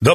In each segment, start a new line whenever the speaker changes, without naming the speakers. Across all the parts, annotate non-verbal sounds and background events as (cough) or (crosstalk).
The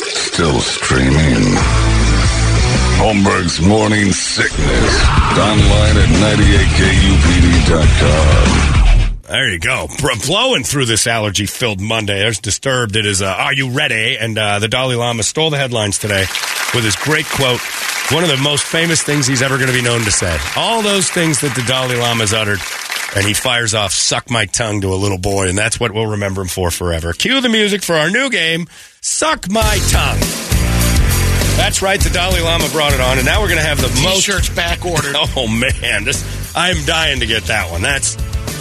Still streaming. Holmberg's Morning Sickness. Online at 98kupd.com.
There you go. Br- blowing through this allergy filled Monday. There's Disturbed. It is, uh, Are You Ready? And uh, the Dalai Lama stole the headlines today with his great quote one of the most famous things he's ever going to be known to say. All those things that the Dalai Lama's uttered. And he fires off, Suck My Tongue to a little boy. And that's what we'll remember him for forever. Cue the music for our new game, Suck My Tongue. That's right. The Dalai Lama brought it on. And now we're going to have the most.
T-shirts back ordered.
(laughs) Oh man, this I'm dying to get that one. That's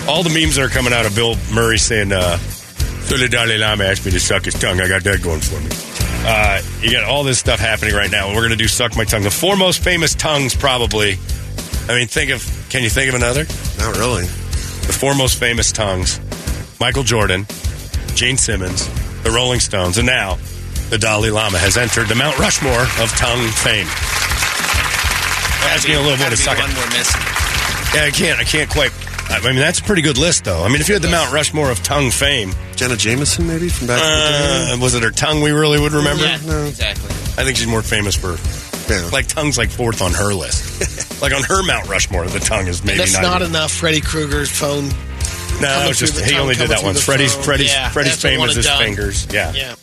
all the memes that are coming out of Bill Murray saying, uh, "So the Dalai Lama asked me to suck his tongue. I got that going for me." Uh, you got all this stuff happening right now. We're gonna do suck my tongue. The four most famous tongues, probably. I mean, think of. Can you think of another?
Not really.
The four most famous tongues: Michael Jordan, Gene Simmons, the Rolling Stones, and now the Dalai Lama has entered the Mount Rushmore of tongue fame. Asking a little boy
Gotta
to
be
suck it.
one we're missing.
Yeah, I can't. I can't quite. I mean, that's a pretty good list, though. I mean, if you had the Mount Rushmore of tongue fame,
Jenna Jameson, maybe from back in
uh, was it her tongue we really would remember?
Yeah, exactly.
I think she's more famous for
the day. Yeah.
like tongues like fourth on her list. (laughs) like on her Mount Rushmore, the tongue is maybe
That's
not.
not
even-
enough. Freddy Krueger's phone.
no, that was
through
just
the
he
tongue,
only did
coming
that
through
once.
the
Freddie's
phone.
Freddie's
Yeah,
Freddie's
that's the
fame
one
is
and
his
done.
fingers. Yeah.
Yeah.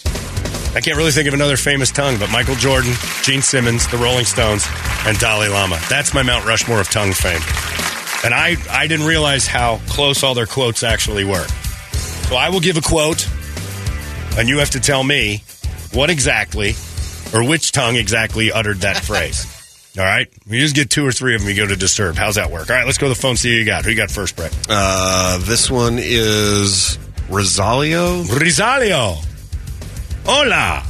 I can't really think of another famous tongue, but Michael Jordan, Gene Simmons, the Rolling Stones, and Dalai Lama. That's my Mount Rushmore of tongue fame. And I, I didn't realize how close all their quotes actually were. So I will give a quote, and you have to tell me what exactly or which tongue exactly uttered that phrase. All right? We just get two or three of them, you go to disturb. How's that work? All right, let's go to the phone, see who you got. Who you got first, Brett?
Uh, this one is Rosalio.
Rosalio. Hola.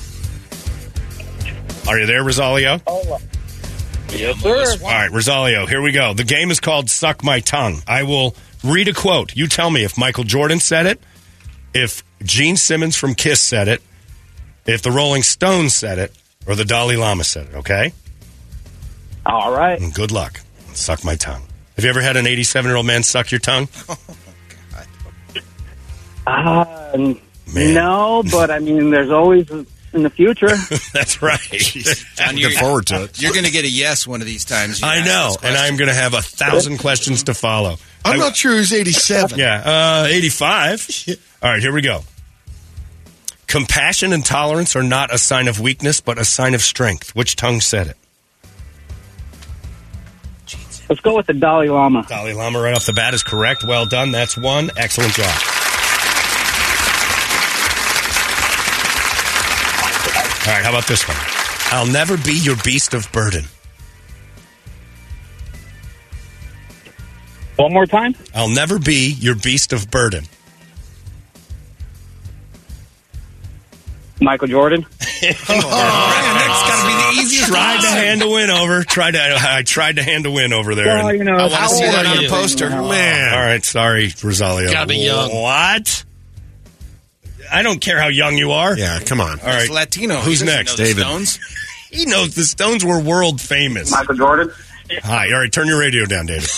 Are you there, Rosalio?
Yes, sir.
All right, Rosalio, here we go. The game is called Suck My Tongue. I will read a quote. You tell me if Michael Jordan said it, if Gene Simmons from Kiss said it, if the Rolling Stones said it, or the Dalai Lama said it, okay?
All right.
And good luck. Suck my tongue. Have you ever had an 87 year old man suck your tongue? (laughs)
Um,
Man.
No, but I mean, there's always in the
(laughs)
future.
That's right.
John,
Looking forward to it.
You're going to get a yes one of these times. You
I
ask
know.
this
And
question.
I'm going to have a thousand questions to follow.
I'm
I-
not sure he's 87.
Yeah, uh, 85. All right, here we go. Compassion and tolerance are not a sign of weakness, but a sign of strength. Which tongue said it?
Let's go with the Dalai Lama.
Dalai Lama, right off the bat, is correct. Well done. That's one. Excellent job. All right, how about this one? I'll never be your beast of burden.
One more time.
I'll never be your beast of burden.
Michael Jordan.
Man, that's got to be the easiest.
Tried to
one.
hand a win over. Tried to. I tried to hand a win over there. and-
Well, you know,
I want to see
how
that
old are
on a
(laughs)
you?
poster.
Man. All right, sorry, Rosalia.
Gotta be young.
What? I don't care how young you are.
Yeah, come on.
All right.
It's Latino.
Who's
He doesn't
next,
know the
David?
Stones.
(laughs) He knows the Stones were world famous.
Michael Jordan.
Hi. All right, turn your radio down, David.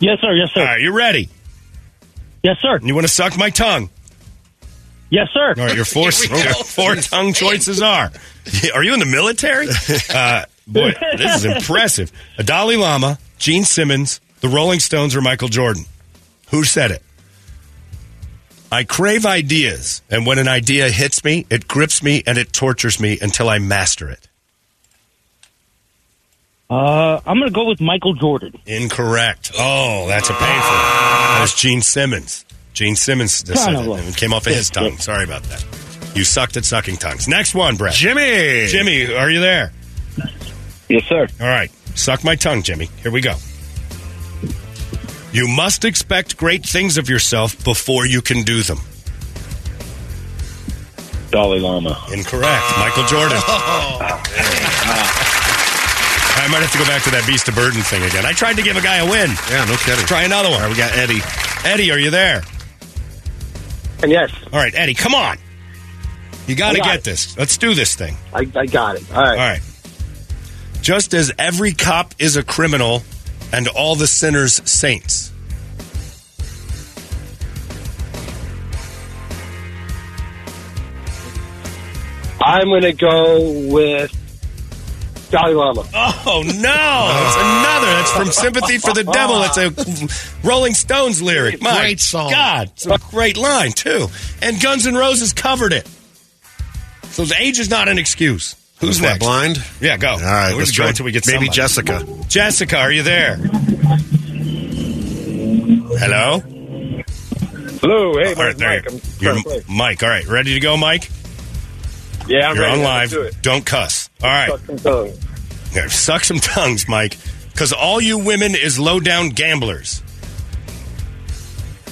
Yes, sir. Yes,
All
sir.
right, you ready?
Yes, sir.
You want to suck my tongue?
Yes, sir.
All right,
(laughs)
your four,
Here we
your (laughs)
go.
four tongue choices are. Are you in the military? Uh, boy, this is impressive. A Dalai Lama, Gene Simmons, the Rolling Stones, or Michael Jordan. Who said it? I crave ideas, and when an idea hits me, it grips me and it tortures me until I master it.
Uh, I'm going to go with Michael Jordan.
Incorrect. Oh, that's a painful. That was Gene Simmons. Gene Simmons just said
Kind of
it.
like-
It came off of his tongue. Sorry about that. You sucked at sucking tongues. Next one, Brett.
Jimmy.
Jimmy, are you there?
Yes, sir.
All right. Suck my tongue, Jimmy. Here we go. You must expect great things of yourself before you can do them.
Dalai Lama.
Incorrect. Michael Jordan. Oh. (laughs) I might have to go back to that beast of burden thing again. I tried to give a guy a win.
Yeah, no kidding.
Try another one. we got Eddie. Eddie, are you there?
And yes,
All right, Eddie, come on. You got
I
to
got
get
it.
this. Let's do this thing.
I, I got it. All
All
right.
right. Just as every cop is a criminal and all the sinners saints.
I'm going to go with Dalai Lama.
Oh, no. That's another. That's from Sympathy for the Devil. It's a Rolling Stones lyric. My
Great song.
God. It's a great line, too. And Guns N' Roses covered it. So the age is not an excuse. Who's
Was that
next?
blind?
Yeah, go.
All right,
We're
let's
just
try
going till we get
maybe
somebody.
Jessica.
Jessica, are you there? Hello?
Hello. Hey,
All right, there you- you're Mike, all right. Ready to go, Mike?
Yeah,
You're on live. Don't cuss. All right.
right.
Here, suck some tongues, Mike, because all you women is low down gamblers.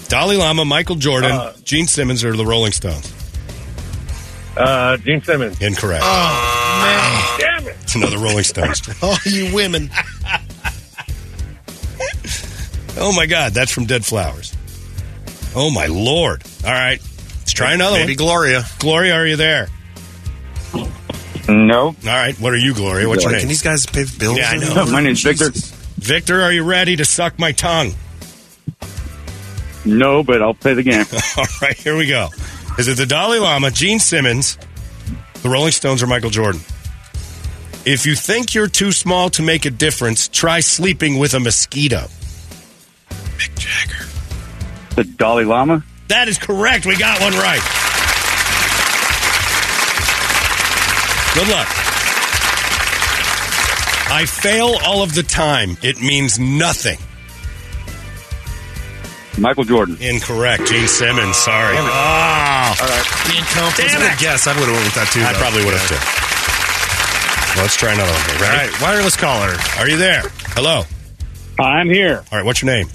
Dalai Lama, Michael Jordan, Gene Simmons, or the Rolling Stones?
Uh, Gene Simmons.
Incorrect.
Oh, Damn it.
It's another
(laughs)
Rolling Stones.
Oh, you women.
oh my God, that's from Dead Flowers. Oh my Lord! All right, let's try another
Maybe
one.
Gloria.
Gloria, are you there?
No.
All right, what are you, Gloria? What's your
Like,
name?
can these guys pay bills?
Yeah, I know.
My name's Victor.
Victor, are you ready to suck my tongue?
No, but I'll play the game.
(laughs) All right, here we go. Is it the Dalai Lama, Gene Simmons, the Rolling Stones, or Michael Jordan? If you think you're too small to make a difference, try sleeping with a mosquito. Mick Jagger.
the Dalai Lama.
That is correct. We got one right. Good luck. I fail all of the time. It means nothing.
Michael Jordan.
Incorrect. Gene Simmons, sorry. Ah,
Being comfortable.
damn it.
Yes, I would have went with that too.
I
though.
probably would have too. Let's try another one. here.
All
Ready?
right, wireless caller.
Are you there? Hello. All
I'm here,
right. What's your name?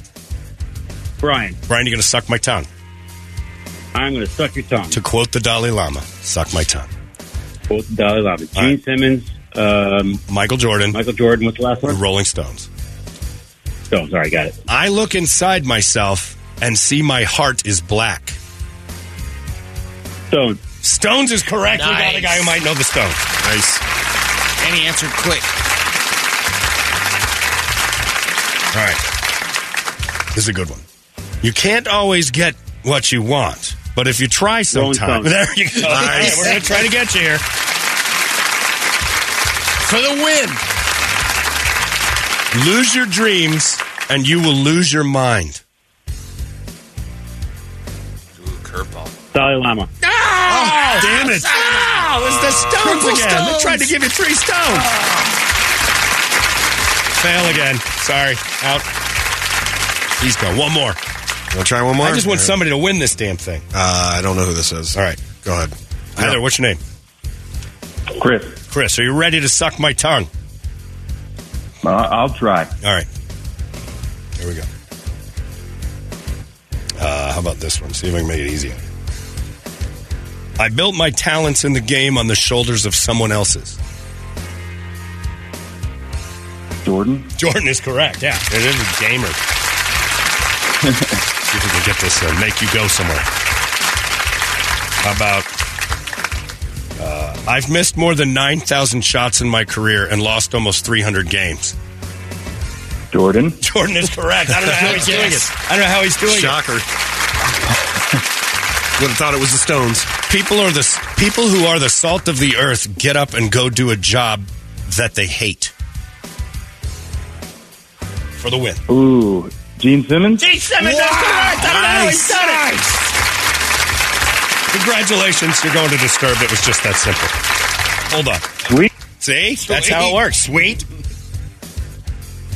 Brian.
Brian, you're going to suck my tongue.
I'm going to suck your tongue.
To quote the Dalai Lama, suck my tongue.
Both the Dalai Lama. Gene
right.
Simmons, um,
Michael Jordan,
Michael Jordan. What's the last
the
one?
Rolling Stones.
Stones. All right, got it.
I look inside myself and see my heart is black.
Stones.
Stones is correct. We got a
Nice.
guy who might know the Stones. Nice.
And he answered quick.
All right. This is a good one. You can't always get what you want, but if you try
Rolling
sometime. (laughs)
Stones.
There you go. All right, we're going to try to get you here.
For the win.
Lose your dreams and you will lose your mind.
Dalai Lama.
Oh, damn it. Oh, it's the Stones Oh. again. They tried to give you three stones. Fail again. Sorry. Out. He's gone. One more.
We'll try one more.
I just want
All right.
somebody to win this damn thing.
Uh, I don't know who this is.
All right.
go ahead.
Heather, what's your name?
Chris.
Chris, are you ready to suck my tongue?
I'll try.
All right. Here we go. Uh, how about this one? See if I can make it easy. I built my talents in the game on the shoulders of someone else's.
Jordan.
Jordan is correct. Yeah, it is a gamer.
(laughs)
See if we can get this uh, make you go somewhere. How about? Uh, I've missed more than nine thousand shots in my career and lost almost three hundred games.
Jordan.
Jordan is correct. I don't know how he's doing (laughs) it. I don't know how he's doing it.
(laughs) Shocker. would have thought it was the Stones.
People are the people who are the salt of the earth. Get up and go do a job that they hate for the win.
Ooh, Gene Simmons.
Gene Simmons is correct. I don't know how he's done it. Congratulations, you're going to Disturbed. It was just that simple. Hold on.
Sweet.
See? That's how it works. Sweet.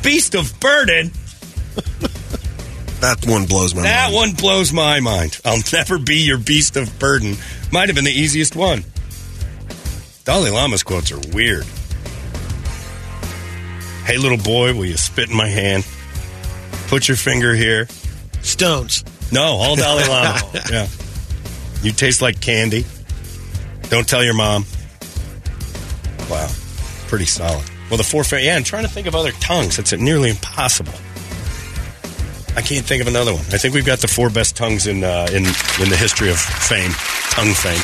Beast of burden.
That one blows my
That
mind.
one blows my mind. I'll (laughs) never be your beast of burden. Might have been the easiest one. Dalai Lama's quotes are weird. Hey, little boy, will you spit in my hand? Put your finger here.
Stones.
No, all Dalai Lama. yeah. You taste like candy. Don't tell your mom. Wow. Pretty solid. Well, the four fa- Yeah, I'm trying to think of other tongues. It's nearly impossible. I can't think of another one. I think we've got the four best tongues in uh, in in the history of fame, tongue fame.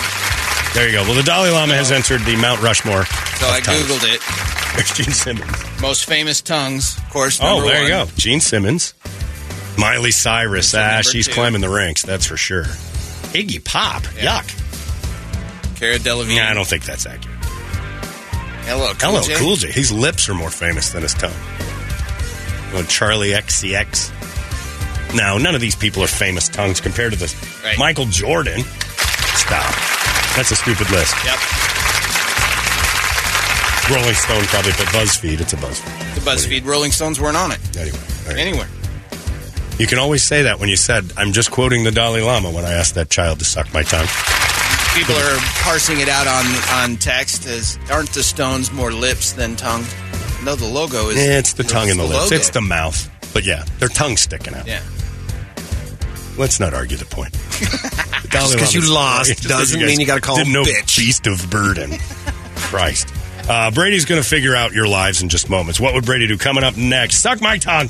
There you go. Well, the Dalai Lama has entered the Mount Rushmore. (laughs)
So
of
I
tongues.
Googled it.
There's Gene Simmons.
Most famous tongues, of course.
Oh,
number
there you
one.
go. Gene Simmons. Miley Cyrus.
That's the
Ah,
number
she's
two.
climbing the ranks, that's for sure. Iggy Pop.
Yeah.
Yuck.
Cara Delevingne.
Yeah, I don't think that's accurate.
Hello, cool
Hello,
J.
Cool J. His lips are more famous than his tongue. Oh, Charlie XCX. No, none of these people are famous tongues compared to this.
Right.
Michael Jordan. Stop. That's a stupid list.
Yep.
Rolling Stone probably, but BuzzFeed, it's a BuzzFeed.
The BuzzFeed Rolling Stones weren't on it
Anyway. all right.
anywhere.
You can always say that when you said, I'm just quoting the Dalai Lama when I asked that child to suck my tongue.
People are parsing it out on on text as aren't the Stones more lips than tongue? No, the logo is.
Eh, it's the tongue and the lips.
logo.
It's the mouth. But yeah, their tongue's sticking out.
Yeah.
Let's not argue the point.
Just 'cause you lost doesn't mean you gotta call
didn't
him
know
bitch.
Beast of burden. (laughs) Christ. Uh, Brady's going to figure out your lives in just moments. What would Brady do coming up next? Suck my tongue.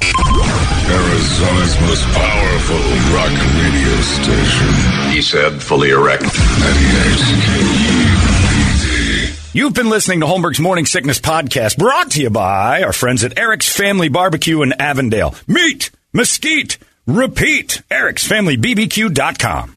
Arizona's most powerful rock radio station. He said, fully erect. 98 KUPD.
You've been listening to Holmberg's Morning Sickness Podcast, brought to you by our friends at Eric's Family Barbecue in Avondale. Meet, mesquite, repeat, ericsfamilybbq.com.